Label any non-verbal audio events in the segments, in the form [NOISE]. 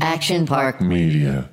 Action Park Media.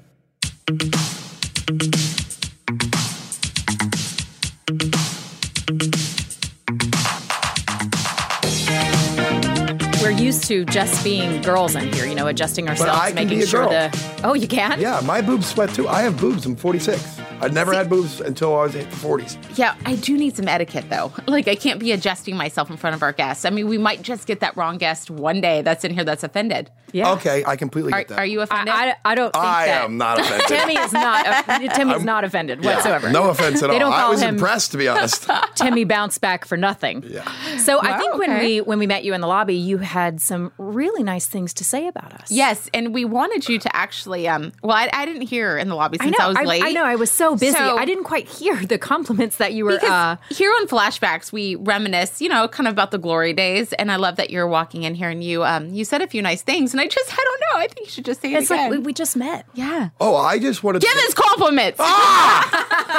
We're used to just being girls in here, you know, adjusting ourselves, I can making be a sure girl. the. Oh, you can? Yeah, my boobs sweat too. I have boobs. I'm 46. I'd never had boobs until I was in 40s. Yeah, I do need some etiquette though. Like I can't be adjusting myself in front of our guests. I mean, we might just get that wrong guest one day that's in here that's offended. Yeah. Okay, I completely Are, get that. are you I, offended? I, I don't think I that. am not offended. Timmy is not. [LAUGHS] off- Timmy is not offended Yeah, whatsoever. No offense at They all. don't I call was him- impressed, to [LAUGHS] be honest. Timmy bounced back for nothing. Yeah. So I think when okay. we when we met you in the lobby, you had some really nice things to say about us. yes, and we wanted you to actually. Um, well, I, I didn't hear in the lobby I since I, know. was I, late. I know. I was so busy. So- I didn't quite hear the compliments that you were. Because uh, here on flashbacks, we reminisce, you know, kind of about the glory days. And I love that you're walking in here and you um you said a few nice things. And I just I don't know. I think you should just say it it's like again. we, we just met. yeah. Oh, I just wanted Give to. us compliments. [LAUGHS]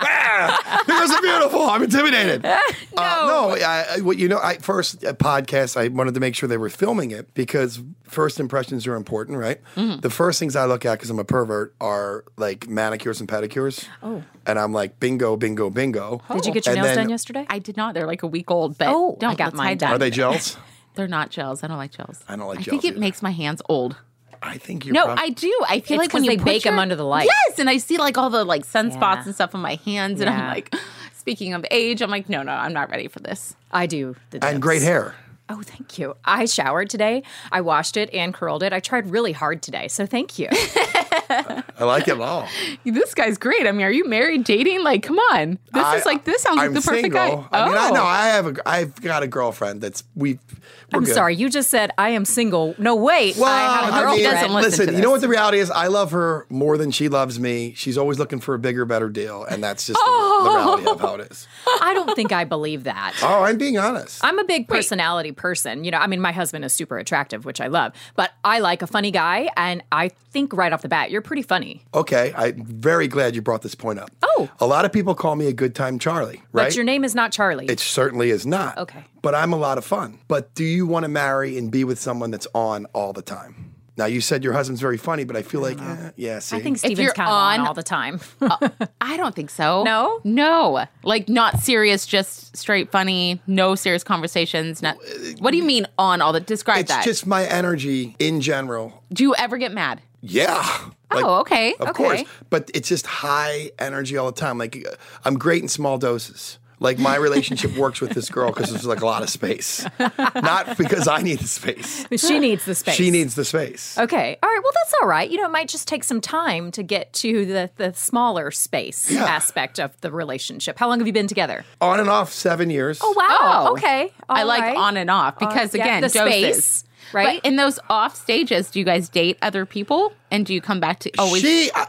Ah! It was beautiful. [LAUGHS] I'm intimidated. No, uh, no. I, I, well, you know, I first uh, podcast. I wanted to make sure they were filming it because first impressions are important, right? Mm-hmm. The first things I look at because I'm a pervert are like manicures and pedicures. Oh, and I'm like bingo, bingo, bingo. Did you get your And nails then- done yesterday? I did not. They're like a week old, but Oh, don't I got let's mine hide done. that. Are they gels? They're not gels. I don't like gels. I don't like I gels think it either. makes my hands old. I think you're. No, prob- I do. I feel It's like when 'cause you they put bake 'em your- under the light. Yes, and I see like all the like sunspots Yeah. and stuff on my hands, and I'm Yeah. like, [LAUGHS] speaking of age, I'm like, no, no, I'm not ready for this. I do. The and nails. great hair. Oh, thank you. I showered today. I washed it and curled it. I tried really hard today, so [LAUGHS] thank you. I like it all. This guy's great. I mean, are you married, dating? Like, come on. [LAUGHS] This I- is like this sounds I'm like the perfect single. guy. I mean, I Oh. know I have a, I've got a girlfriend that's we. we're I'm good. sorry. You just said I am single. No, wait. Well, I have a I mean, girlfriend. doesn't listen listen. to You know this. what the reality is? I love her more than she loves me. She's always looking for a bigger, better deal, and that's just the- Oh. the reality of how it is. I don't think I believe that. Oh, I'm being honest. I'm a big personality person. You know, I mean, my husband is super attractive, which I love, but I like a funny guy. And I think right off the bat, you're pretty funny, okay, I'm very glad you brought this point up. Oh. a lot of people call me a good time Charlie, but right? your name is not Charlie. It certainly is not. Okay. But I'm a lot of fun. But do you want to marry and be with someone that's on all the time? Now you said your husband's very funny, but I feel like eh, yeah, see. I think Steven's you're kind of on, on- all the time. I don't think so. No? no, like not serious, just straight funny, no serious conversations. Not, what do you mean on all the describe uh, it's that? just my energy in general. do you ever get mad? Yeah. Like, [LAUGHS] oh, okay, Of okay. course. But it's just high energy all the time. Like, uh, I'm great in small doses. Like, my relationship works with this girl because there's like a lot [LAUGHS] of space. Not because I need the space. she needs the space. She needs the space. Okay. All right. Well, that's all right. You know, it might just take some time to get to the, the smaller space Yeah. aspect of the relationship. How long have you been together? On and off, seven years. Oh, wow. Oh. Okay. I All like right. on and off because yeah, again, the doses. space, right? But in those off stages, do you guys date other people, and do you come back to always? She, I,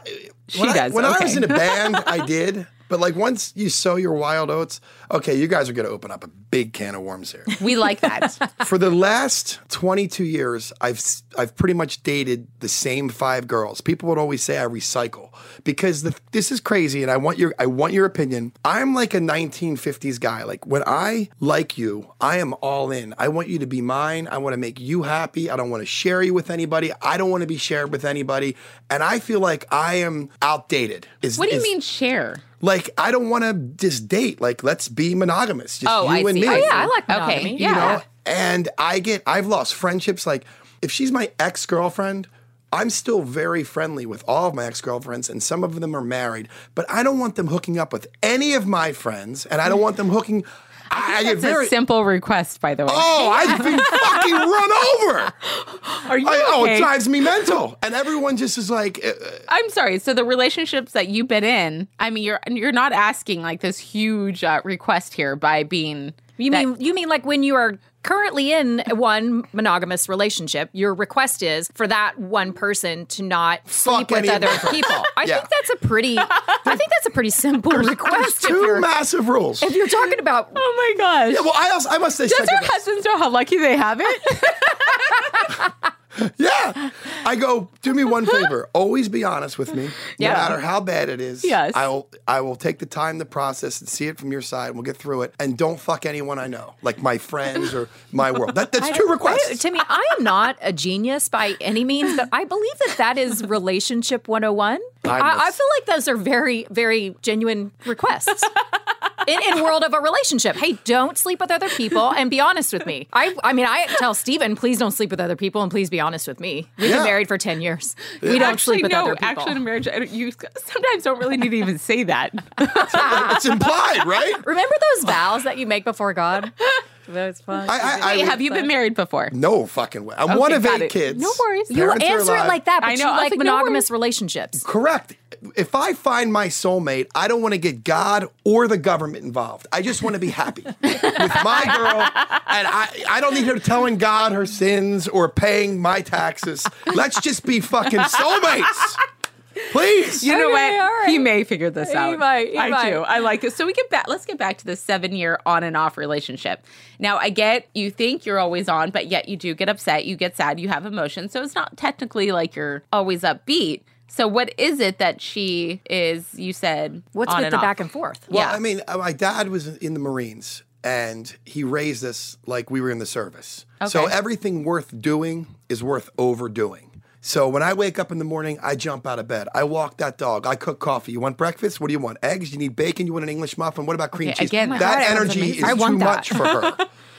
when I, Oh, does, When I was okay. [LAUGHS] in a band, I did. But like once you sow your wild oats, okay, you guys are going to open up a big can of worms here. [LAUGHS] we like that. For the last 22 years, I've s- I've pretty much dated the same five girls. People would always say I recycle because the, this is crazy, and I want your I want your opinion. I'm like a 1950s guy. Like when I like you, I am all in. I want you to be mine. I want to make you happy. I don't want to share you with anybody. I don't want to be shared with anybody. And I feel like I am outdated. Is, what do you is- mean share? Like I don't want to just date. Like let's be monogamous. Just Oh, you I and see. me Oh, Yeah, I like Okay, monogamy. yeah. you know and i get i've lost friendships like if she's my ex-girlfriend i'm still very friendly with all of my ex-girlfriends and some of them are married but i don't want them hooking up with any of my friends and i don't want them hooking i, I get It's a very simple request, by the way. Oh, I've been fucking run over. Are you I, Oh, it okay? drives me mental. And everyone just is like, uh, I'm sorry. So the relationships that you've been in, I mean, you're you're not asking like this huge uh, request here by being. You that- mean you mean like when you are currently in one monogamous relationship, your request is for that one person to not sleep Fuck with any of other my- people. I [LAUGHS] Yeah. think that's a pretty I think that's a pretty simple request. if two you're, massive rules. if you're talking about Oh my gosh. well, I also I must say, Does second our this. husbands know how lucky they have it? Yeah. I go, do me one favor. [LAUGHS] Always be honest with me. Yeah. No matter how bad it is. Yes. I'll I will take the time to process and see it from your side. and We'll get through it. And don't fuck anyone I know, like my friends or my world. That, that's two I- [LAUGHS] requests. to me, I am not a genius by any means, but I believe that that is relationship 101. I'm I, I just- feel like those are very, very genuine requests. In, in world of a relationship, hey, don't sleep with other people and be honest with me. I, I mean, I tell Steven, please don't sleep with other people and please be honest with me. We've Yeah. been married for ten years. We don't actually, sleep with no, other people. Actually, in a marriage, I don't, you sometimes don't really need to even say [LAUGHS] that. it's implied, [LAUGHS] right? Remember those vows that you make before God? That's fun. I, I, I Hey, would- have you been married before? No fucking way. I'm one of got eight it. kids. No worries. You you Parents are answer it alive. like that, but I you know. I was like, like, no monogamous relationships. Correct. If I find my soulmate, I don't want to get God or the government involved. I just want to be happy with my girl, and I, I don't need her telling God her sins or paying my taxes. Let's just be fucking soulmates, please. You know Okay, what? all right. He may figure this He out. might, he I might. do. I like it. So we get back. Let's get back to the seven-year on and off relationship. Now I get you think you're always on, but yet you do get upset. You get sad. You have emotions. So it's not technically like you're always upbeat. So what is it that she is? You said What's on with and the off? back and forth? Well, Yeah. I mean, uh, my dad was in the Marines and he raised us like we were in the service. So Okay. everything worth doing is worth overdoing. So when I wake up in the morning, I jump out of bed. I walk that dog. I cook coffee. You want breakfast? What do you want? Eggs? You need bacon? You want an English muffin? What about cream Okay, cheese? again, Oh my that God, that sounds energy amazing. is I too want that. much for her.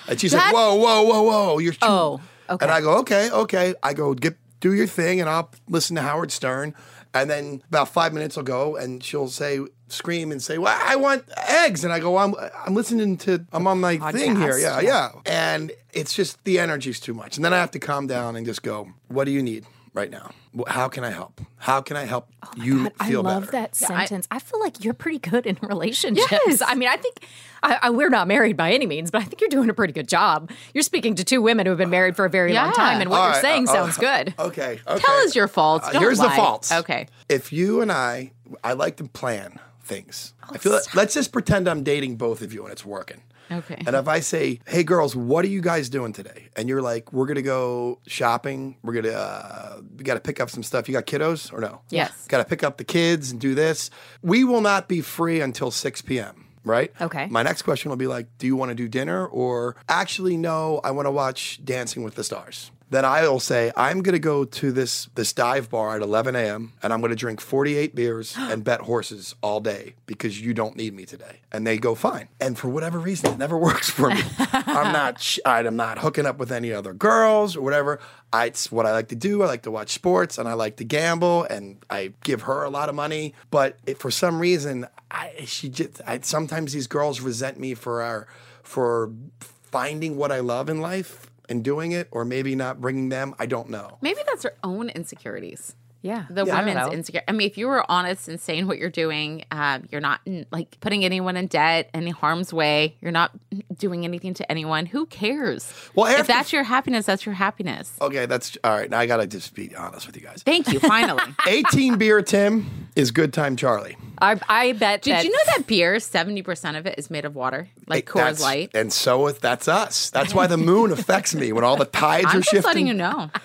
And she's like, That's- "Whoa, whoa, whoa, whoa! You're too." Oh, okay. And I go, "Okay, okay." I go, "Get do your thing," and I'll listen to Howard Stern. And then about five minutes will go, and she'll say, scream and say, "Well, I want eggs," and I go, "I'm I'm listening to I'm on my thing here, yeah, yeah." And it's just the energy's too much, and then I have to calm down and just go, "What do you need right now? Wh- How can I help? How can I help you God, I feel love better?" that sentence. I, feel like you're pretty good in relationships. I mean, I think I, I, we're not married by any means, but I think you're doing a pretty good job. You're speaking to two women who have been married for a very long Yeah. time, and what All you're right, saying uh, uh, sounds good. Okay, okay. Tell us your faults. Uh, Don't here's the lie. faults. Okay. If you and I, I like to plan things. Oh, I feel. Like, let's just pretend I'm dating both of you and it's working. Okay. And if I say, "Hey girls, what are you guys doing today?" and you're like, "We're gonna go shopping. We're gonna uh, we got to pick up some stuff. You got kiddos or no? Yes. Got to pick up the kids and do this. We will not be free until 6 p.m. Right? Okay. My next question will be like, "Do you want to do dinner or actually no? I want to watch Dancing with the Stars." Then I'll say, "I'm gonna go to this this dive bar at 11 a.m. and I'm gonna drink 48 beers and bet horses all day because you don't need me today." And they go fine. And for whatever reason, it never [LAUGHS] works for me. I'm not sh- I'm not hooking up with any other girls or whatever. I, it's what I like to do. I like to watch sports and I like to gamble and I give her a lot of money. But it, for some reason, I, she just I, sometimes these girls resent me for our for finding what I love in life and doing it, or maybe not bringing them. I don't know. Maybe that's her own insecurities. Yeah, the I don't women's know. insecure. I mean, if you were honest and saying what you're doing, um, you're not in, like putting anyone in debt, any harm's way. You're not doing anything to anyone. Who cares? Well, if after- that's your happiness, that's your happiness. Okay, that's all right. Now I gotta just be honest with you [LAUGHS] guys. Thank [LAUGHS] you. Finally, 18 beer Tim is good time Charlie. I, I bet. did you know that beer seventy percent of it is made of water, like Hey, Coors that's- Light? And so if that's us. That's why the moon affects me when all the tides [LAUGHS] I'm are just shifting. letting you know. [LAUGHS]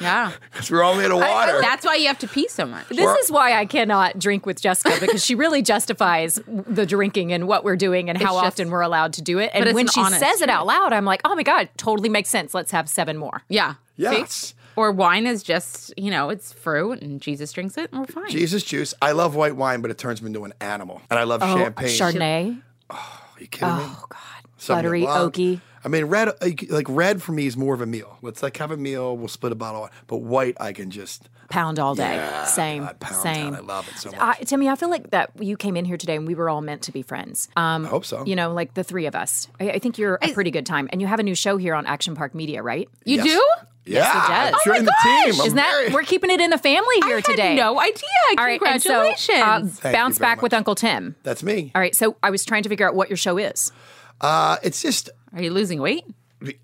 Yeah, Because we're all made of water. that's why you have to pee so much. This is why I cannot drink with Jessica because she really justifies the drinking and what we're doing and how just- often we're allowed to do it. And it's when an she honest says it out loud, I'm like, oh my God, totally makes sense. Let's have seven more. yeah. yes. Or wine is just you know it's fruit and Jesus drinks it and we're fine. Jesus juice. I love white wine, but it turns me into an animal. And I love Oh, champagne. Chardonnay. Are you kidding me? Oh, God. Sauvignon Buttery, Blanc. oaky. I mean, red like like red for me is more of a meal. Let's like have a meal. We'll split a bottle. But white, I can just pound all day. Yeah, same, God, pound same. town. I love it so much. I, Timmy, I feel like that you came in here today and we were all meant to be friends. Um, I hope so. You know, like the three of us. I, I think you're a pretty good time, and you have a new show here on Action Park Media, right? you Yes. do? yeah, he does. I'm Oh joining the team. I'm Isn't that very- we're keeping it in the family here today? Had no idea. All right, and so uh, Congratulations. you bounce very back with much. Uncle Tim. that's me. All right, so I was trying to figure out what your show is. Uh, it's just [LAUGHS] Are you losing weight?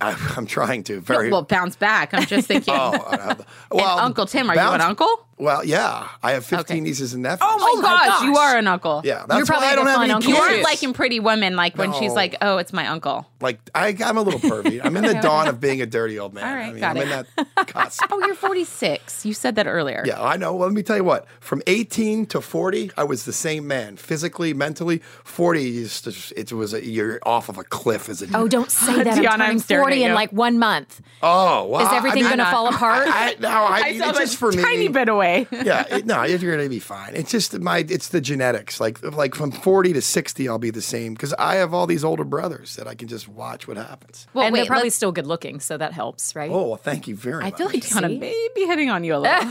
I, I'm trying to very Well, bounce back. I'm just thinking. [LAUGHS] [LAUGHS] Oh, I don't have the- [LAUGHS] well, Uncle Tim, are you an bounce- uncle? Well, yeah, I have 15 Okay. nieces and nephews. Oh my, my gosh, you gosh. are an uncle. yeah, that's probably why I don't the have fun any uncle. You kids. aren't like in Pretty Woman, like when she's No. like, "Oh, it's my uncle." Like, I, I'm a little pervy. I'm in [LAUGHS] the dawn of being a dirty old man. All right, I mean, got I'm it. in that cusp. Oh, you're 46. You said that earlier. Yeah, I know. Well, let me tell you what. From 18 to 40, I was the same man, physically, mentally. 40, you just, it was a, you're off of a cliff as a. Oh, don't [LAUGHS] say that. Deanna, I'm I'm turning staring at 40 in you. like one month. Oh, wow. Is everything I mean, going to fall apart? I, no, I, I saw it's just just for me. tiny bit away. yeah, it, no, you're gonna be fine. It's just my, it's the genetics. Like, like from 40 to 60, I'll be the same because I have all these older brothers that I can just watch what happens. Well, and wait, they're probably let's- still good looking, so that helps, right? Oh, well, thank you very I much. feel like Deanna See? may be hitting on you a little.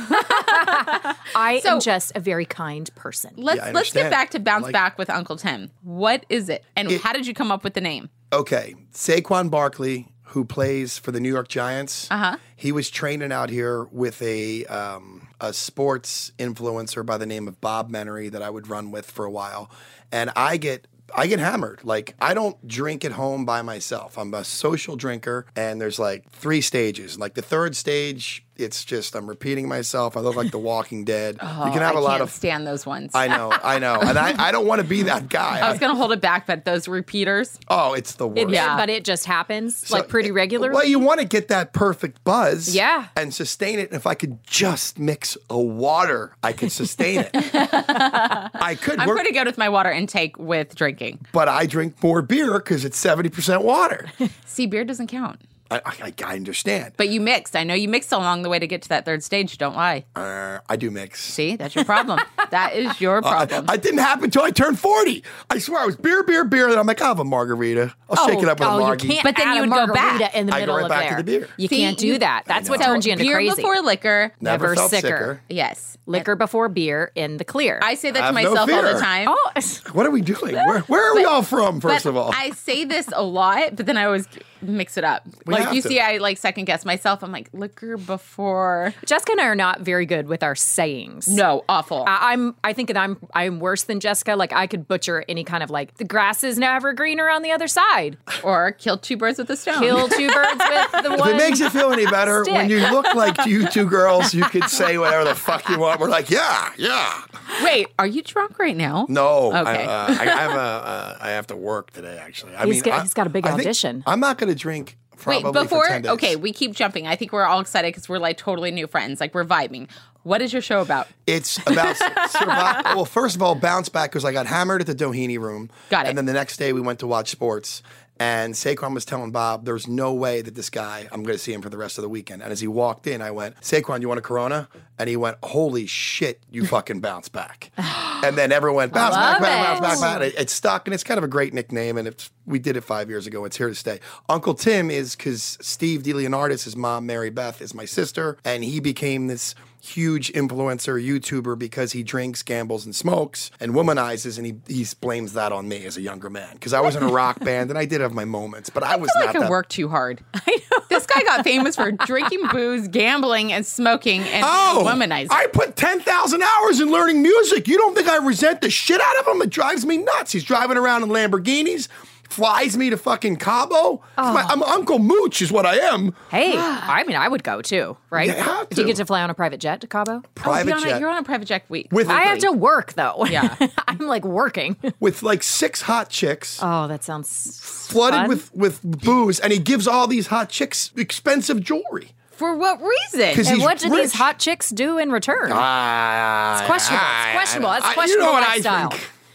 I am just a very kind person. let's Yeah, I let's get understand. back to bounce Like- back with Uncle Tim. What is it, and how did you come up with the name? Okay, Saquon Barkley, who plays for the New York Giants, uh-huh. he was training out here with a um, a sports influencer by the name of Bob Menery that I would run with for a while, and I get. I get hammered. Like I don't drink at home by myself. I'm a social drinker and there's like three stages. Like the third stage, it's just I'm repeating myself. I look like the walking [LAUGHS] dead. you can have Oh, I a lot can't of stand those ones. I, I know, I know. And I, I don't want to be that guy. [LAUGHS] was gonna hold it back, but those repeaters. oh, it's the worst. Yeah. But it just happens So- like pretty regularly. Well, you want to get that perfect buzz, Yeah. and sustain it. And if I could just mix a water, I could sustain [LAUGHS] it. I could, I'm work, pretty good with my water intake with drinking. but I drink more beer because it's seventy percent water. I, See, beer doesn't count. I, I understand. But you mixed. I know you mixed along the way to get to that third stage. Don't lie. Uh, I do mix. See, that's your [LAUGHS] problem. that is your problem. Uh, I didn't happen until I turned forty. I swear, I was beer, beer, beer, and I'm like, I will have a margarita. I'll shake it up with a oh, margie. You can't But then add you a would go back. margarita in the I go middle right of back to there. the beer. You See, can't do you- that. That's what turns you into beer crazy. before liquor. Never, Never felt sicker. Yes. Liquor before beer in the clear. I say that I to have no myself all the fear. time. [LAUGHS] oh, [LAUGHS] What are we doing? Where, where are we all from? First but of all, I say this a lot, but then I always mix it up. We like have you to. see, I like second guess myself. I'm like liquor before. Jessica and I are not very good with our sayings. No, awful. I- I'm. I think that I'm. I'm worse than Jessica. Like I could butcher any kind of like the grass is never greener on the other side. or kill two birds with a stone. Kill [LAUGHS] two birds with the If one. it makes you feel any better, when stick. you look like you two girls, you could [LAUGHS] say whatever the fuck you want. We're like, yeah, yeah. [GASPS] Wait, are you drunk right now? No, I, Okay. uh, I have a, uh, I have to work today. Actually, I He's mean, got- I- he's got a big I think- audition. I'm not going to drink. Probably Wait, for before 10 days. okay, we keep jumping. I think we're all excited because we're like totally new friends. Like we're vibing. What is your show about? It's about [LAUGHS] survival. Well, first of all, bounce back because I got hammered at the Doheny room. Got it. And then the next day we went to watch sports. And Saquon was telling Bob, there's no way that this guy, I'm going to see him for the rest of the weekend. And as he walked in, I went, Saquon, you want a Corona? And he went, holy shit, you fucking bounce [GASPS] back. and then everyone went, bounce back, Love bounce it. back, bounce back. And It, it stuck. And it's kind of a great nickname. And it's, we did it five years ago. It's here to stay. Uncle Tim is because Steve DeLeonardis, his mom, Mary Beth, is my sister. And he became this huge influencer YouTuber because he drinks, gambles, and smokes and womanizes, and he, he blames that on me as a younger man because I was in a [LAUGHS] rock band and I did have my moments, but I was I feel not like I that. work [LAUGHS] too hard. I know. This guy got famous for drinking booze, gambling, and smoking, and Oh, womanizing. I put 10,000 hours in learning music. You don't think I resent the shit out of him? It drives me nuts. He's driving around in Lamborghinis, flies me to fucking Cabo. He's Oh. my- I'm Uncle Mooch, is what I am. hey, I mean, I would go too, right? You have Do you to. get to fly on a private jet to Cabo? Private oh, Deanna, jet. You're on a private jet week. With- I have to work though. Yeah. [LAUGHS] I'm like working. with like six hot chicks. Oh, that sounds flooded fun. with with booze, and he gives all these hot chicks expensive jewelry. for what reason? 'Cause And he's what do rich. these hot chicks do in return? Ah, it's questionable. It's questionable. That's you questionable know what lifestyle. I think.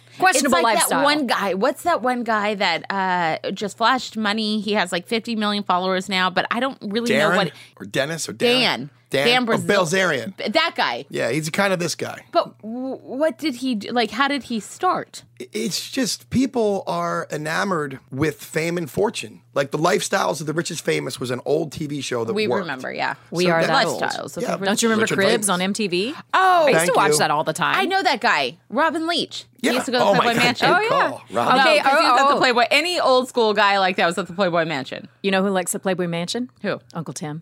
It's Questionable like lifestyle. that one guy. What's that one guy that uh, just flashed money? He has like 50 million followers now, but I don't really Darren know what or Dennis or Darren? Oh, Dan Dan, Dan or Brazil- Belzarian. B- that guy. Yeah, he's kind of this guy. But w- what did he do? like? How did he start? It's just people are enamored with fame and fortune. Like the lifestyles of the richest famous was an old TV show that We worked. remember, yeah. We are that old. lifestyles. of Yeah, the Don't you remember Richard Cribs Layton's. on MTV? Oh, I used to Thank watch you. that all the time. I know that guy, Robin Leach. He Yeah. used to go to Oh the my Playboy God, Mansion. Um, good Oh, yeah. call, Robin. No, Okay, 'cause he was at oh, the oh. Playboy. Any old school guy like that was at the Playboy Mansion. You know who likes the Playboy Mansion? Who? Uncle Tim.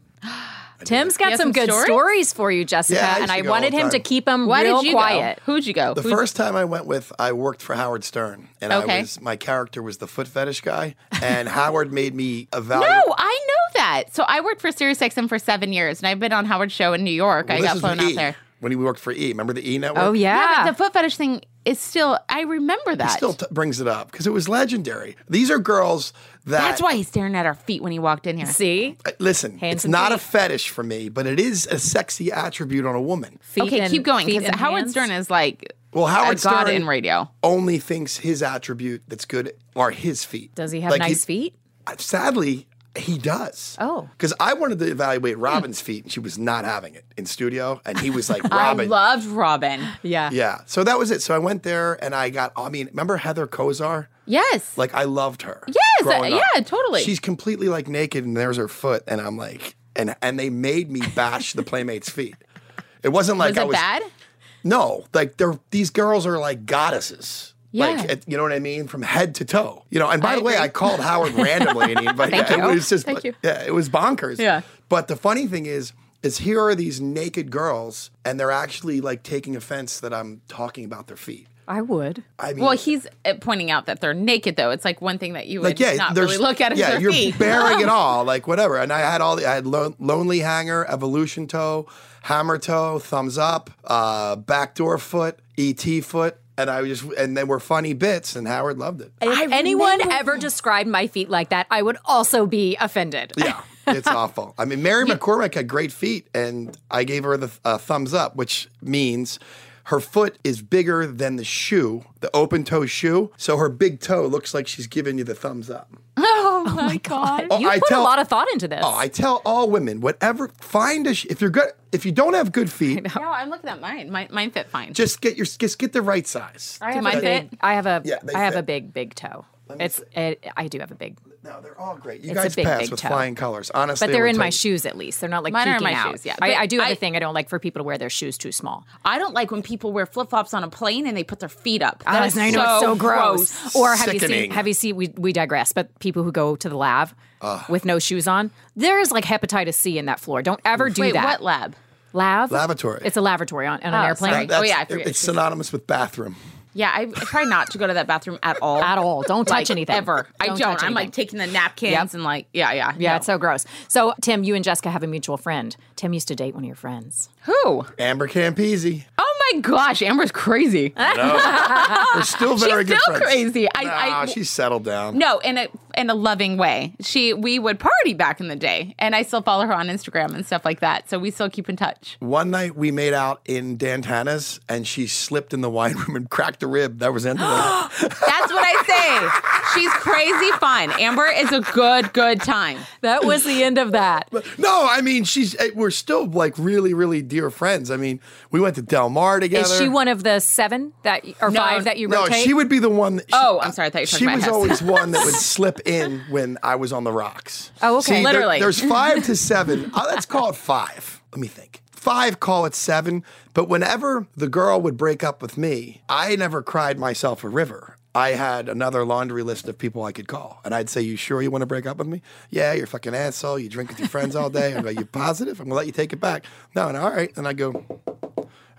Tim's got has some, some good stories? stories? for you, Jessica, Yeah, I used and to I go all wanted the him to time. keep him Why real did you quiet. go? Who'd you go? The Who'd- first time I went with, I worked for Howard Stern, and Okay. I was my character was the foot fetish guy, and Howard made me evaluate. No, I know that. So I worked for SiriusXM for seven years, and I've been on Howard's show in New York. I Well, got this flown is out E. there. when he worked for E. Remember the E network? Oh yeah. but the foot fetish thing is still. I remember that. Still t- brings it up because it was legendary. These are girls that. That's why he's staring at our feet when he walked in here. See, Uh, Listen, it's and not a feet. fetish for me, but it is a sexy attribute on a woman. Feet okay, and- keep going feet because and Howard hands. Stern is like Well, a Howard god Stern in radio. only thinks his attribute that's good are his feet. Does he have Like, nice feet? Sadly, he does. Oh. Hmm. Because I wanted to evaluate Robin's feet, and she was not having it in studio. And he was like, [LAUGHS] Robin. I loved Robin. Yeah. yeah. So that was it. So I went there and I got, I mean, remember Heather Kozar? Yes. Like, I loved her. Yes, growing uh, up. yeah, totally. She's completely like naked, and there's her foot. And I'm like, and, and they made me bash the Playmates' feet. It wasn't like was I it was. bad? No, like they're these girls are like goddesses. Yeah. Like it- you know what I mean, from head to toe. You know, and by I the way, agree. I called Howard randomly, [LAUGHS] and he invited. Thank It you. was just, Thank you. Yeah, it was bonkers. Yeah. But the funny thing is, is here are these naked girls, and they're actually like taking offense that I'm talking about their feet. I would. I mean, Well, he's uh, pointing out that they're naked though. It's like one thing that you would like yeah, not there's really look at is yeah, their you're feet. bearing [LAUGHS] it all, like whatever. And I had all the I had lo- lonely hanger, evolution toe, hammer toe, thumbs up, uh, backdoor foot, et foot, and I just and they were funny bits, and Howard loved [LAUGHS] it. If anyone ever described my feet like that, I would also be offended. Oh Yeah, it's awful. I mean, Mary McCormick had great feet, and I gave her the uh, thumbs up, which means. Her foot is bigger than the shoe, the open toe shoe. So her big toe looks like she's giving you the thumbs up. oh, [LAUGHS] my god. Oh, You I put tell- Oh, a lot of thought into this. I tell all women, whatever, find a sh- if you're good, if you don't have good feet, [LAUGHS] No, I'm looking at mine. Mine, mine fit fine. just get your just get the right size. I have mine a big. fit? I have a. Yeah, they I have fit. a big, big toe. It's. It, I do have a big, No, they're all great. You It's a guys big, pass big with toe. flying colors, honestly. but they're I in will my tell you. shoes at least. They're not like Mine are in peeking my out. shoes, yeah. I, But I do have I- a thing. I don't like for people to wear their shoes too small. I don't like when people wear flip flops on a plane and they put their feet up. Oh, That is it's- I know it's so gross. Or have you Ah, Sickening. seen? Have you seen? We, we digress. But people who go to the lab with no shoes on, there is like hepatitis C in that floor. Don't ever do Wait, that. what lab? Lav? Lavatory. It's a lavatory on, on an Oh, airplane. sorry. That's- Oh, yeah, I forget. it's synonymous with bathroom. Yeah, I, I try not to go to that bathroom at all. At all. Don't touch Like, anything. ever. I touch don't. I'm like anything. taking the napkins Yep. and like yeah, yeah, Yeah, no. it's so gross. So, Tim, you and Jessica have a mutual friend. Tim used to date one of your friends. who? Amber Campese. Ah, Oh my gosh, Amber's crazy. [LAUGHS] We're still very She's good still friends. crazy. I, Nah, I she's settled down. no, in a in a loving way. She we would party back in the day, and I still follow her on Instagram and stuff like that. So we still keep in touch. One night we made out in Dantana's, and she slipped in the wine room and cracked a rib. That was the end of it. [GASPS] That's what I say. She's crazy fun. Amber is a good good time. That was the end of that. No, I mean she's. eh, We're still like really, really dear friends. I mean, we went to Del Mar together. Is she one of the seven that or No, five that you No, rotate? she would be the one. That she, Oh, I'm sorry, I thought you were she talking about was Hess. always one that [LAUGHS] would slip in when I was on the rocks. Oh, okay. See, there- Literally. [LAUGHS] there's five to seven. Uh, let's call it five. Let me think. Five, call it seven. But whenever the girl would break up with me, I never cried myself a river. I had another laundry list of people I could call. And I'd say, You sure you want to break up with me? Yeah, you're a fucking asshole. You drink with your friends all day. I'm like, You positive? I'm going to let you take it back. No, and all right. And I go,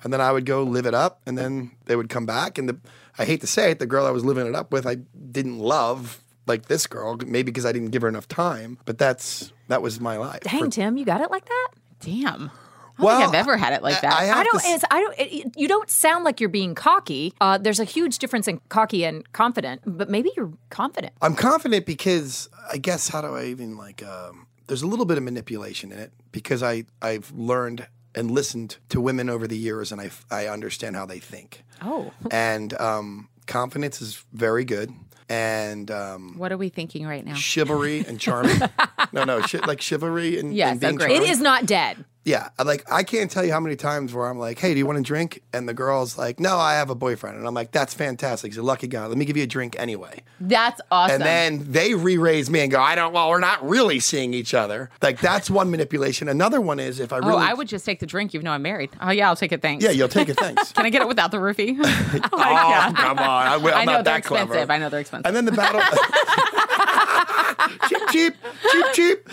and then I would go live it up, and then they would come back. And the, I hate to say it, the girl I was living it up with, I didn't love like this girl, maybe because I didn't give her enough time. But that's that was my life. Dang, Tim, you got it like that? Damn. I don't Well, think I've ever had it like that. I have I don't. to s- It's, I don't. It, you don't sound like you're being cocky. Uh, there's a huge difference in cocky and confident, but maybe you're confident. I'm confident because I guess how do I even like? Um, there's a little bit of manipulation in it because I I've learned and listened to women over the years, and I I understand how they think. Oh, And um, confidence is very good. And um, what are we thinking right now? chivalry and [LAUGHS] charming. no, no, shi- like chivalry and, Yes, and being agree. charming. it is not dead. Yeah, I- like I can't tell you how many times where I'm like, "Hey, do you want a drink?" and the girl's like, "No, I have a boyfriend," and I'm like, "That's fantastic. He's a lucky guy. Let me give you a drink anyway." That's awesome. And then they re-raise me and go, "I don't. Well, we're not really seeing each other." Like that's one manipulation. Another one is if I really, oh, I would just take the drink. You know I'm married. Oh yeah, I'll take it. Thanks. yeah, you'll take it. [LAUGHS] Thanks. Can I get it without [LAUGHS] the roofie? oh, come on. I, am I know not they're that clever. expensive. I know they're expensive. And then the battle. cheap, cheap, cheap, cheap.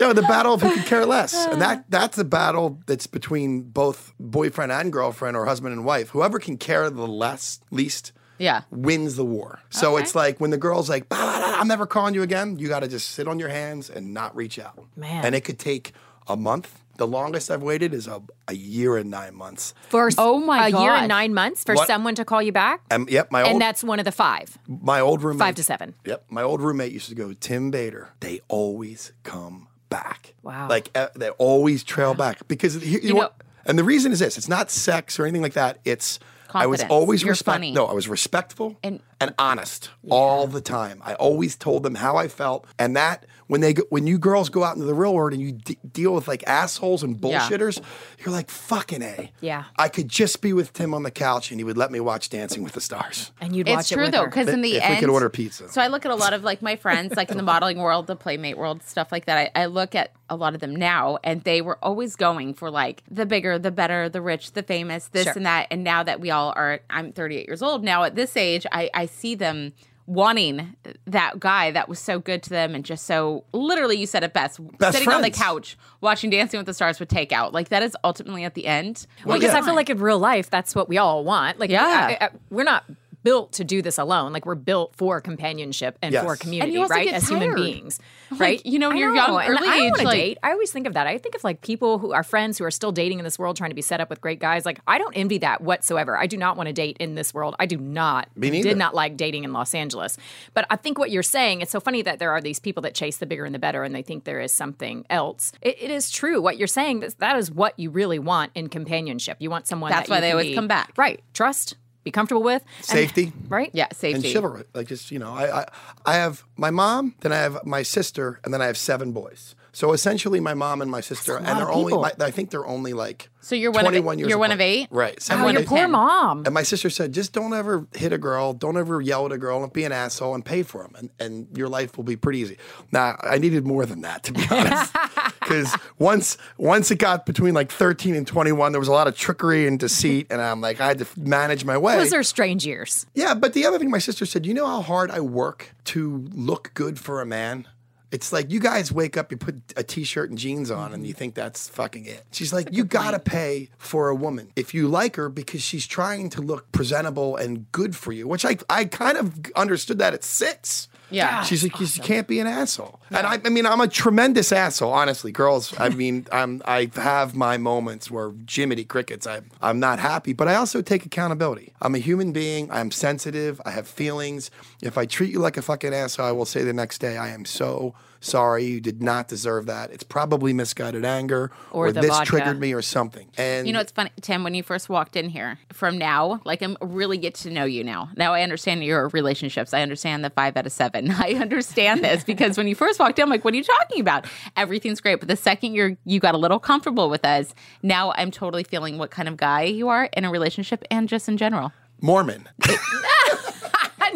No, the battle of who could care less, and that—that's the battle that's between both boyfriend and girlfriend, or husband and wife. Whoever can care the less, least, Yeah. wins the war. So Okay. it's like when the girl's like, "Bah, bah, bah, "I'm never calling you again," you got to just sit on your hands and not reach out. Man. and it could take a month. The longest I've waited is a, a year and nine months. For s- Oh my a year God. and nine months for What? someone to call you back, Um, yep, my and old that's one of the five, my old roommate five to seven. Yep. My old roommate used to go, Tim Bader, they always come back. Wow. Like eh, they always trail back because you, you know- know, and the reason is this it's not sex or anything like that. It's, I was Confidence. always You're respectful. funny. No, I was respectful and, And- honest all the time. I always told them how I felt. And that, when they go, when you girls go out into the real world and you d- deal with like assholes and Yeah. bullshitters, you're like, fucking A. Yeah. I could just be with Tim on the couch and he would let me watch Dancing with the Stars. And you'd watch It's it true with though, her. because in the If we end, could order pizza. So I look at a lot of like my friends, [LAUGHS] like in the modeling world, the playmate world, stuff like that. I, I look at a lot of them now, and they were always going for like the bigger, the better, the rich, the famous, this Sure. and that. And now that we all are, I'm 38 years old now. At this age, I I see them wanting that guy that was so good to them and just so literally you said it best, Best sitting on the friends. couch watching dancing with the stars would take out like that is ultimately at the end Well, because yeah. I feel like in real life, that's what we all want. Like, Yeah. I- I- we're not built to do this alone. Like, we're built for companionship and Yes. for And you community, also right? get As human tired. beings, right? you know, when I you're young, and early I don't age, wanna like- date. I always think of that. I think of like people who are friends who are still dating in this world, trying to be set up with great guys. Like, I don't envy that whatsoever. I do not want to date in this world. I do not. Me neither. did not like dating in Los Angeles. But I think what you're saying, it's so funny that there are these people that chase the bigger and the better and they think there is something else. It, it is true. What you're saying, that, that is what you really want in companionship. You want someone That's that why you they can always be- come back. Right. Trust, be comfortable with. and- Safety. right? yeah and safety chivalry. Like just you know, I, I I have my mom, then I have my sister, and then I have seven boys. So essentially, my mom and my sister, and they're only. My, I think they're only like. So you're one of eight- 21 years you're one of apart. eight? Right. I'm Oh, one your of poor ten. mom. And my sister said, just don't ever hit a girl, don't ever yell at a girl, don't be an asshole, and pay for them, and, and your life will be pretty easy. Now, I needed more than that, to be [LAUGHS] [LAUGHS] honest, because once once it got between like 13 and 21, there was a lot of trickery and deceit, and I'm like, I had to f- manage my way. Those are strange years. Yeah, but the other thing my sister said, you know how hard I work to look good for a man? It's like you guys wake up, you put a t-shirt and jeans on, and you think that's fucking it. She's like, you gotta pay for a woman if you like her because she's trying to look presentable and good for you, which I I kind of understood that at six. Yeah. she's like, you can't be an asshole, and I, I mean, I'm a tremendous asshole, honestly, girls. I mean, I'm I have my moments where Jiminy crickets. I'm I'm not happy, but I also take accountability. I'm a human being. I'm sensitive. I have feelings. If I treat you like a fucking asshole, I will say the next day, I am so sorry. You did not deserve that. It's probably misguided anger, or, Or the this vodka. triggered me, or something. And You know, it's funny, Tim, when you first walked in here from now, like I'm really get to know you now. Now I understand your relationships. I understand the five out of seven. [LAUGHS] I understand this because when you first walked in, I'm like, what are you talking about? Everything's great. But the second you're, you got a little comfortable with us, now I'm totally feeling what kind of guy you are in a relationship and just in general. Mormon.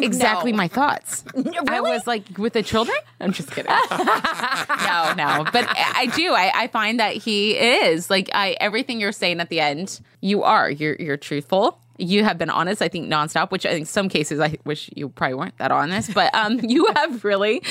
Exactly my thoughts. I [LAUGHS] Really? was like, with the children? I'm [LAUGHS] just kidding. no, no. But I I do. I, I find that he is like I everything you're saying at the end. You are. You're you're truthful. You have been honest. I think nonstop, which I think some cases I wish you probably weren't that honest, but um, [LAUGHS] you have really,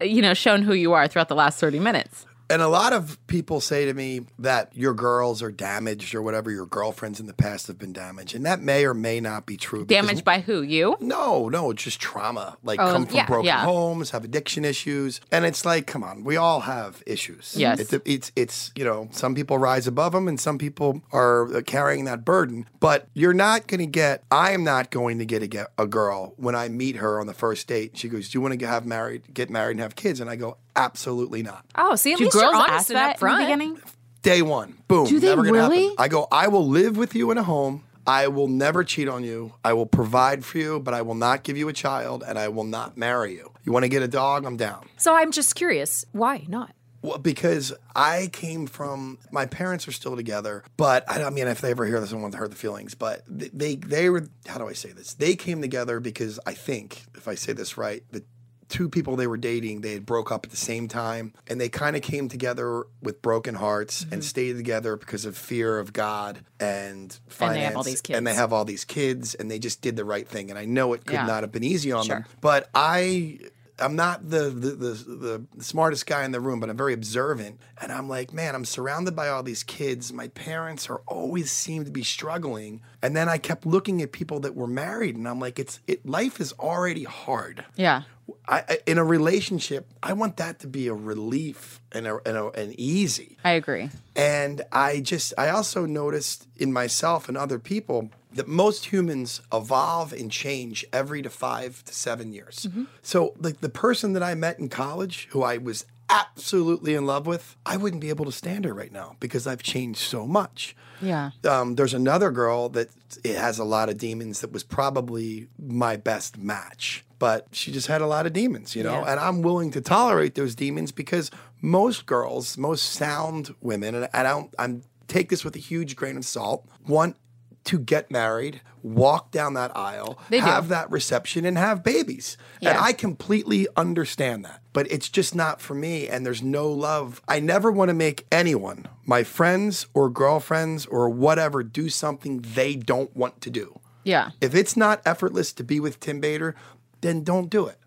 you know, shown who you are throughout the last thirty minutes. And a lot of people say to me that your girls are damaged or whatever, your girlfriends in the past have been damaged. And that may or may not be true. because- Damaged by who? You? No, no, it's just trauma. Like come from yeah, broken Oh, yeah. homes, have addiction issues. And it's like, come on, we all have issues. Yes. It's, it's, it's, you know, some people rise above them and some people are uh, carrying that burden. But you're not going to get, I am not going to get a, get a girl when I meet her on the first date. She goes, do you want to have married, get married and have kids? And I go, absolutely not. Oh, see, at Do least girls you're ask honest and that in the upfront. beginning? Day one, boom. Do they never gonna happen. really? I go. I will live with you in a home. I will never cheat on you. I will provide for you, but I will not give you a child, and I will not marry you. You want to get a dog? I'm down. So I'm just curious, why not? Well, because I came from my parents are still together, but I, I mean, if they ever hear this, I won't hurt the feelings. But th- they they were how do I say this? They came together because I think if I say this right, the two people they were dating they had broke up at the same time, and they kind of came together with broken hearts Mm-hmm. and stayed together because of fear of God and And finance, they have all these and they kids. have all these kids, and they just did the right thing. And I know it could Yeah. not have been easy on Sure. them, but I I'm not the, the the the smartest guy in the room, but I'm very observant. And I'm like, man, I'm surrounded by all these kids. My parents are always seem to be struggling. And then I kept looking at people that were married, and I'm like, it's it. Life is already hard. Yeah. I, I- in a relationship, I want that to be a relief and a, and, a, and easy. I agree. And I just, I also noticed in myself and other people that most humans evolve and change every to five to seven years. So, like the person that I met in college, who I was absolutely in love with, I wouldn't be able to stand her right now because I've changed so much Yeah. um, there's another girl that it has a lot of demons that was probably my best match but she just had a lot of demons you know Yeah. and i'm willing to tolerate those demons because most girls most sound women and i don't i'm take this with a huge grain of salt want to get married walk down that aisle They do. have that reception and have babies and Yeah. i completely understand that but it's just not for me and there's no love i never want to make anyone my friends or girlfriends or whatever do something they don't want to do Yeah. if it's not effortless to be with tim bader then don't do it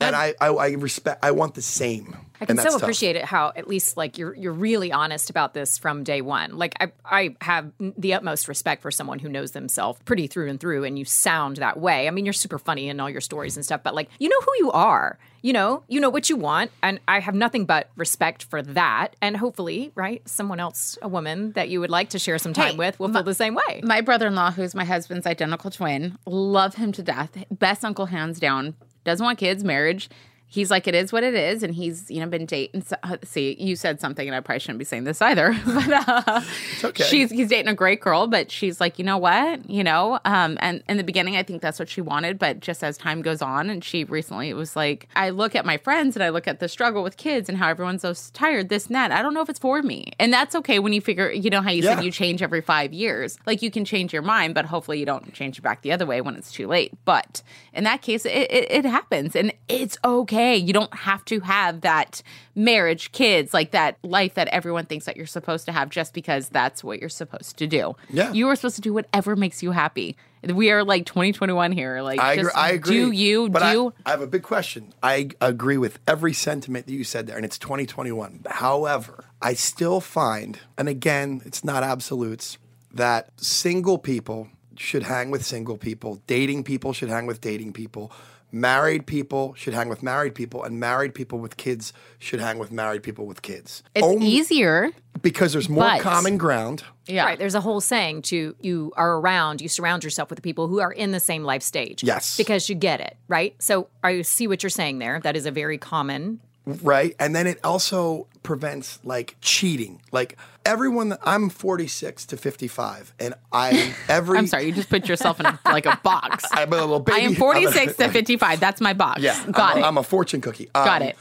and I, I i respect i want the same Mm-hmm. I can so appreciate it how at least like you're you're really honest about this from day one. Like I I have the utmost respect for someone who knows themselves pretty through and through, and you sound that way. I mean, you're super funny in all your stories and stuff, but like you know who you are. You know, you know what you want, and I have nothing but respect for that. And hopefully, right, someone else, a woman that you would like to share some time Hey, with, will feel the same way. My brother in law, who's my husband's identical twin, love him to death. Best uncle, hands down. Doesn't want kids, marriage. He's like, it is what it is. And he's, you know, been dating. so- uh, See, you said something, and I probably shouldn't be saying this either. [LAUGHS] But uh, okay. she's, he's dating a great girl, but she's like, you know what? You know, um, and in the beginning, I think that's what she wanted. But just as time goes on, and she recently was like, I look at my friends and I look at the struggle with kids and how everyone's so tired, this and that. I don't know if it's for me. And that's okay when you figure, you know, how you Yeah. said you change every five years. Like you can change your mind, but hopefully you don't change it back the other way when it's too late. But in that case, it, it, it happens and it's okay. You don't have to have that marriage, kids, like that life that everyone thinks that you're supposed to have just because that's what you're supposed to do. Yeah. You are supposed to do whatever makes you happy. We are like 2021 here. Like, I just agree. I agree. do you But I- do. I, have a big question. I agree with every sentiment that you said there, and it's 2021. However, I still find, and again, it's not absolutes, that single people should hang with single people, dating people should hang with dating people, married people should hang with married people, and married people with kids should hang with married people with kids. It's Only easier. because there's more but- common ground. Yeah. Right. There's a whole saying to you are around, you surround yourself with the people who are in the same life stage. Yes. Because you get it, right? So I see what you're saying there. That is a very common right? And then it also prevents like cheating. Like everyone, that- I'm 46 to 55, and I every [LAUGHS] I'm sorry. You just put yourself in a, like a [LAUGHS] box. I'm a little baby. I am 46 to 55. That's my box. [LAUGHS] Yeah, Got I'm it. A, I'm a fortune cookie. Um, Got it.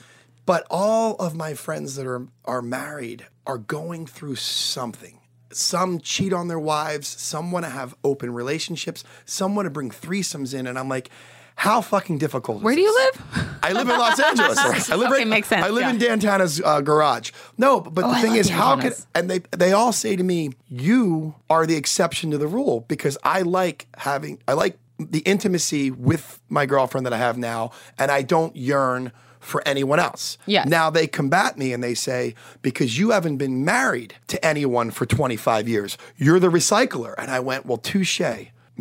But all of my friends that are are married are going through something. Some cheat on their wives. Some want to have open relationships. Some want to bring threesomes in, and I'm like, how fucking difficult? is Where do you this? live? I live in [LAUGHS] Los Angeles. I live Okay, in, makes sense, I live yeah. Oh, in Dan Tana's uh, garage. No, but, but the I thing love is, Dan how could Tana's. and they they all say to me, "You are the exception to the rule," because I like having I like the intimacy with my girlfriend that I have now, and I don't yearn for anyone else. Yes. Now they combat me and they say, because you haven't been married to anyone for 25 years, you're the recycler. And I went, well, touche.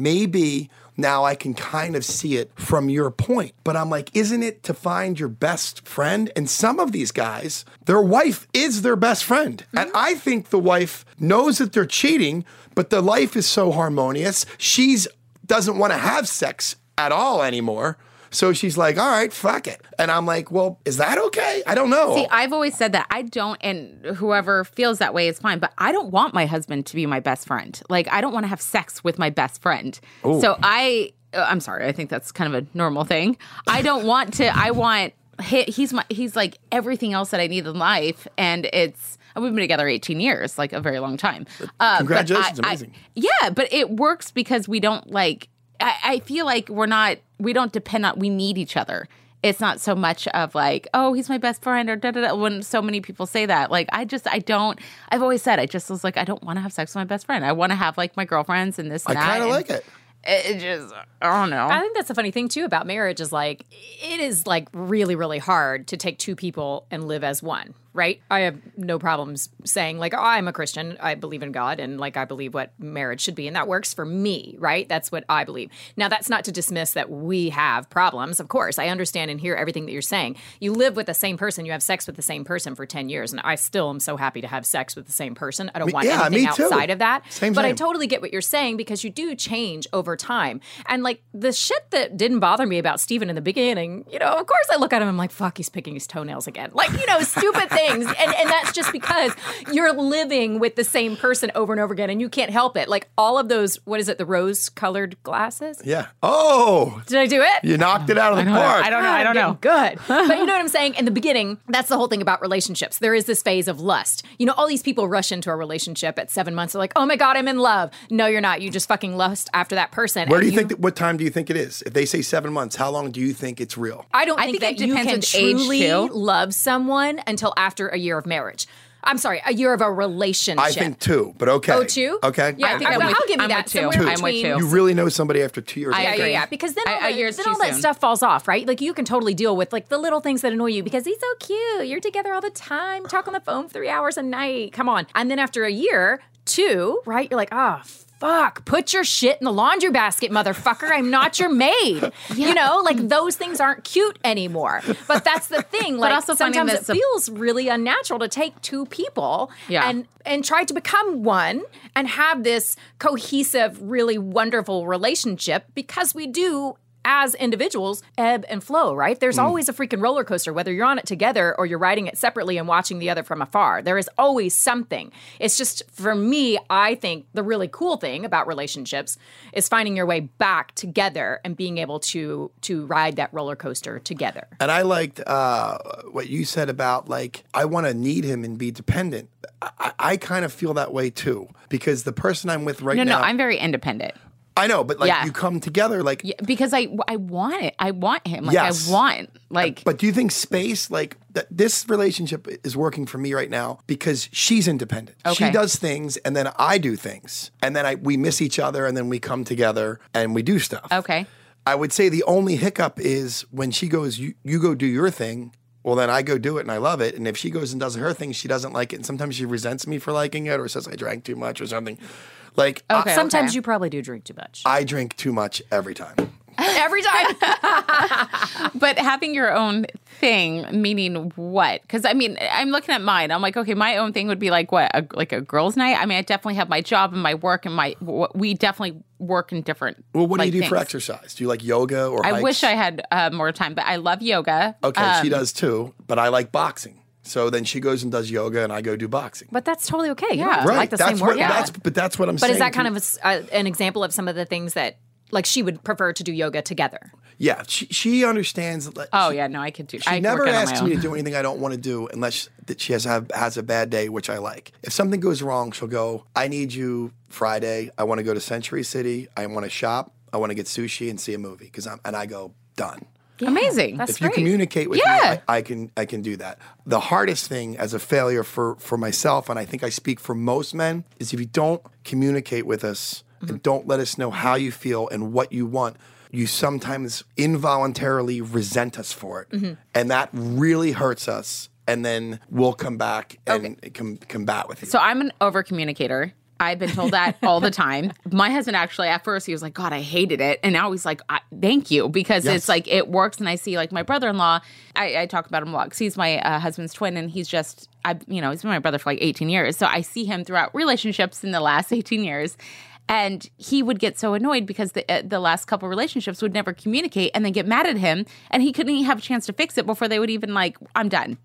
Maybe now I can kind of see it from your point. But I'm like, isn't it to find your best friend? And some of these guys, their wife is their best friend. Mm-hmm. And I think the wife knows that they're cheating, but the life is so harmonious. She's doesn't want to have sex at all anymore. So she's like, all right, fuck it. And I'm like, well, is that okay? I don't know. See, I've always said that I don't, and whoever feels that way is fine. But I don't want my husband to be my best friend. Like I don't want to have sex with my best friend. So I, uh, I'm sorry. I think that's kind of a normal thing. I don't want to. I want he, he's my he's like everything else that I need in life, and it's. and We've been together 18 years, like a very long time. Uh, but Congratulations, I- I- amazing. yeah, but it works because we don't like. I, I feel like we're not. We don't depend on. We need each other. It's not so much of like, oh, he's my best friend, or da da da. When so many people say that, like, I just, I don't. I've always said, I just was like, I don't want to have sex with my best friend. I want to have like my girlfriends and this. And I that, kinda and- like it. It just, I don't know. I think that's the funny thing too about marriage is like it is like really really hard to take two people and live as one, right? I have no problems saying like oh, I'm a Christian, I believe in God and like I believe what marriage should be and that works for me, right? That's what I believe. Now that's not to dismiss that we have problems. Of course, I understand and hear everything that you're saying. You live with the same person, you have sex with the same person for 10 years and I still am so happy to have sex with the same person. I don't want yeah, anything me too. outside of that. Same, but I same. totally get what you're saying because you do change over time. And like the shit that didn't bother me about Steven in the beginning, you know, of course I look at him, I'm like, fuck, he's picking his toenails again. Like, you know, [LAUGHS] stupid things. And and that's just because you're living with the same person over and over again and you can't help it. Like all of those, what is it, the rose colored glasses? Yeah. Oh, Did I do it? you knocked it out of the park. I don't know. I don't know. Good. [LAUGHS] but you know what I'm saying? In the beginning, that's the whole thing about relationships. There is this phase of lust. You know, all these people rush into a relationship at seven months. They're like, oh my God, I'm in love. No, you're not. You just fucking lust after that person. Where And do you, think? That, what time do you think it is? If they say seven months, how long do you think it's real? I don't I think, think it that you depends can with age, truly too. love someone until after a year of marriage. I'm sorry, a year of a relationship. I think two, but okay. Oh, two? Okay. Yeah, I think I'm I'm with- I'll give you I'm that. with two. Somewhere I'm with between- two. You really know somebody after two years. I yeah, agree. yeah, yeah. Because then I- all, I the- hear it's then too all that soon. stuff falls off, right? Like you can totally deal with like the little things that annoy you because he's so cute. You're together all the time, talk on the phone for three hours a night. Come on. And then after a year, two, right? You're like, oh, fuck, put your shit in the laundry basket, motherfucker. I'm not your [LAUGHS] maid. You know, like those things aren't cute anymore. But that's the thing. Like also finding sometimes it this- feels really unnatural to take two people Yeah. and and try to become one and have this cohesive, really wonderful relationship because we do as individuals ebb and flow, right? Mm. There's always a freaking roller coaster, whether you're on it together or you're riding it separately and watching the other from afar. There is always something. It's just for me, I think the really cool thing about relationships is finding your way back together and being able to to ride that roller coaster together. And I liked uh, what you said about like I want to need him and be dependent. I, I- I kind of feel that way too because the person I'm with right No, now, no, I'm very independent. I know, but like Yeah. you come together, like. Yeah, because I I want it. I want him. Like Yes. I want like But do you think space, like th- this relationship, is working for me right now because she's independent. She Okay. does things, and then I do things, and then I we miss each other, and then we come together and we do stuff. okay. I would say the only hiccup is when she goes, you, you go do your thing. Well, then I go do it and I love it. And if she goes and does her thing, she doesn't like it. And sometimes she resents me for liking it or says I drank too much or something. Like, I- Okay. Sometimes you probably do drink too much. I, drink too much every time. Every time But having your own thing, meaning what? Because I mean, I'm looking at mine. I'm like, okay, my own thing would be like what, a, like a girls' night. I mean, I definitely have my job and my work and my. w- We definitely work in different. Well, what do like, you do for things. exercise? Do you like yoga or I hikes? wish I had uh, more time, but I love yoga. Okay, she Um, does too, but I like boxing. So then she goes and does yoga and I go do boxing. [LAUGHS] But that's totally okay. You Yeah. don't have to Right. like the same that's what, workout. that's, but that's what I'm but saying. is that kind to- of a s- uh, an example of some of the things that, like, she would prefer to do yoga together? Yeah, she, she understands. that- Oh yeah, no, I could do. She I could never work out on asks my me to own. do anything I don't want to do unless that she has have, has a bad day, which I like. If something goes wrong, she'll go, "I need you Friday. I want to go to Century City. I want to shop. I want to get sushi and see a movie." Because I'm and I go done. Amazing. That's if you great. communicate with Yeah. me, I, I can I can do that. The hardest thing as a failure for for myself, and I think I speak for most men, is if you don't communicate with us Mm-hmm. and don't let us know how you feel and what you want, you sometimes involuntarily resent us for it, Mm-hmm. and that really hurts us. And then we'll come back and com- combat with you. So I'm an over communicator. I've been told that all the time. My husband actually, at first, he was like, God, I hated it. And now he's like, I, thank you, because it's like, it works. And I see, like, my brother in law, I, I talk about him a lot 'cause he's my uh, husband's twin, and he's just, I, you know, he's been my brother for like 18 years. So I see him throughout relationships in the last 18 years. And he would get so annoyed because the uh, the last couple relationships would never communicate and then get mad at him. And he couldn't even have a chance to fix it before they would even, like, I'm done.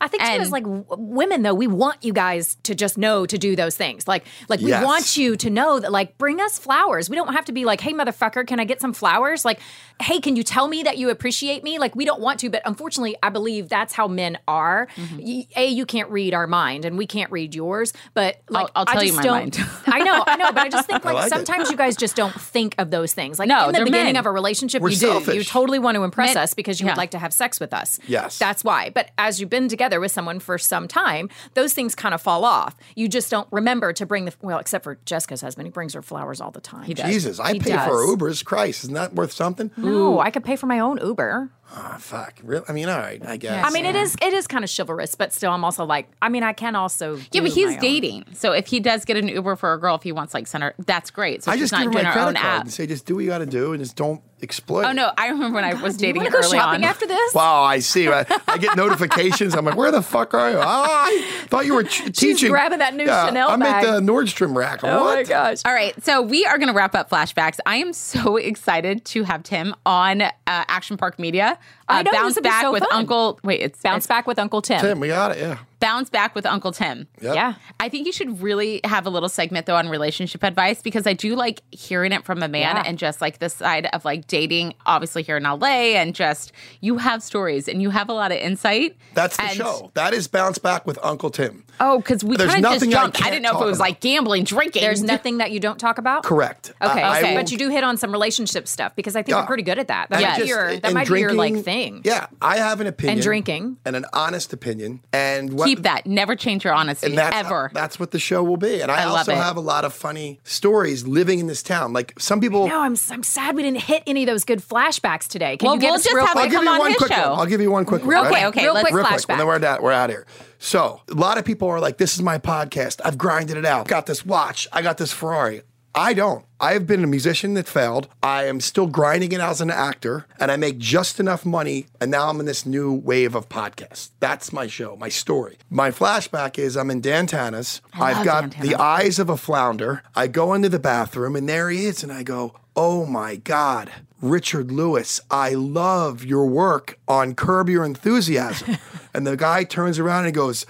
I think too And- is like w- women though we want you guys to just know to do those things. Like like we Yes. want you to know that like bring us flowers. We don't have to be like, hey motherfucker, can I get some flowers? Like, hey, can you tell me that you appreciate me? Like we don't want to, but unfortunately, I believe that's how men are. Mm-hmm. Y- A, you can't read our mind, and we can't read yours. But like, I'll I tell you just my don't- mind. [LAUGHS] I know, I know, but I [LAUGHS] just think like, like it. sometimes you guys just don't think of those things. Like in No, the they're beginning men. of a relationship, We're you do. You selfish. totally want to impress Men- us because you would Yeah. like to have sex with us. Yes. that's that's why. But as you've been together with someone for some time, those things kind of fall off. You just don't remember to bring the well, except for Jessica's husband, he brings her flowers all the time. He Jesus, I He pay for does. Ubers. Christ, isn't that worth something? No, I could pay for my own Uber. Ah, fuck. Really? I mean, all right, I guess. I mean, it is it is kind of chivalrous, but still, I'm also like, I mean, I can also Yeah, but do my he's own. dating. So if he does get an Uber for a girl, if he wants like send her, that's great. So I she's just not give her doing my her own credit card app. and say, just do what you got to do, and just don't exploit. Oh no, I remember when I was You dating want to go early shopping on. after this? Wow, I see. I, [LAUGHS] I get notifications. I'm like, where the fuck are you? Oh, I thought you were ch- teaching. grabbing that new Chanel I'm bag. at the Nordstrom rack. oh what? my gosh. All right, so we are going to wrap up flashbacks. I am so [LAUGHS] excited to have Tim on uh, Action Park Media. Uh, I know, this bounce would be back so with fun. Uncle. Wait, it's Bounce it's back with Uncle Tim. Tim, we got it. Yeah. bounce back with Uncle Tim. Yep. Yeah. I think you should really have a little segment though on relationship advice because I do like hearing it from a man Yeah. and just like the side of like dating, obviously here in LA, and just you have stories and you have a lot of insight. That's the And- show. That is Bounce Back with Uncle Tim. Oh, because we There's kind of just nothing I jumped. I, can't didn't know if talk it was about. like gambling, drinking. [LAUGHS] There's nothing that you don't talk about. Correct. Okay, I- I okay. will- but you do hit on some relationship stuff because I think Yeah. you're pretty good at that. That And Yeah. might just- be your that and might be your like drinking- thing. Yeah, I have an opinion. drinking. And an honest opinion. And what, Keep that. Never change your honesty And that's, ever. That's what the show will be. And I, I love also it. have a lot of funny stories living in this town. Like some people. No, I'm I'm sad we didn't hit any of those good flashbacks today. Can Well, you give we'll us just real have I'll it quick? give come you on one his quick show. one. I'll give you one quick Real one. quick, ready? okay, real let's- quick Real flashback. quick. And then we're out, we're out here. So a lot of people are like, this is my podcast. I've grinded it out. Got this watch. I got this Ferrari. I don't. I've been a musician that failed. I am still grinding it out as an actor, and I make just enough money. And now I'm in this new wave of podcasts. That's my show, my story. My flashback is I'm in Dantana's. I've love got Dantana's. the eyes of a flounder. I go into the bathroom, and there he is. And I go, Oh my God, Richard Lewis, I love your work on Curb Your Enthusiasm. and the guy turns around and goes,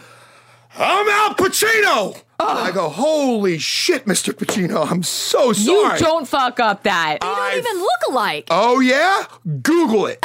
I'm Al Pacino. And I go, holy shit, Mr. Pacino. I'm so You sorry. don't fuck up that. They don't even look alike. oh yeah? Google [LAUGHS] it.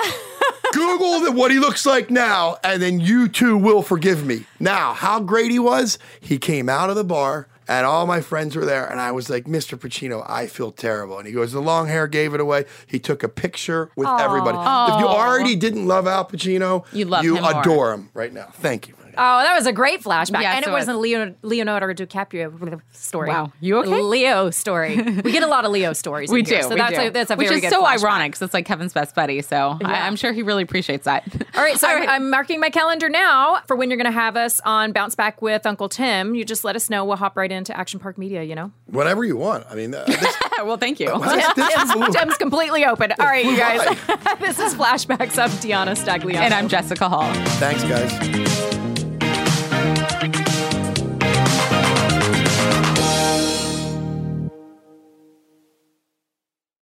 Google the, what he looks like now, and then you too will forgive me. Now, how great he was. He came out of the bar, and all my friends were there, and I was like, Mr. Pacino, I feel terrible. And he goes, the long hair gave it away. He took a picture with everybody. If you already didn't love Al Pacino, You love him more. adore him right now. Thank you. Oh, that was a great flashback. Yeah, and so it it's- was a Leo, Leonardo DiCaprio story. Wow. You okay? Leo story. We get a lot of Leo stories. We in do. here, so we that's do. a that's a Which very is good so flashback. ironic because it's like Kevin's best buddy. So I, Yeah. I'm sure he really appreciates that. All right, so I'm, I'm marking my calendar now for when you're going to have us on Bounce Back with Uncle Tim. You just let us know. We'll hop right into Action Park Media. You know, Whatever you want. I mean, uh, [LAUGHS] this, well, thank you. this, this, Tim's completely open. All right, you guys. [LAUGHS] Right. this is flashbacks. I'm Deanna Stagliano, and I'm Jessica Hall. Thanks, guys.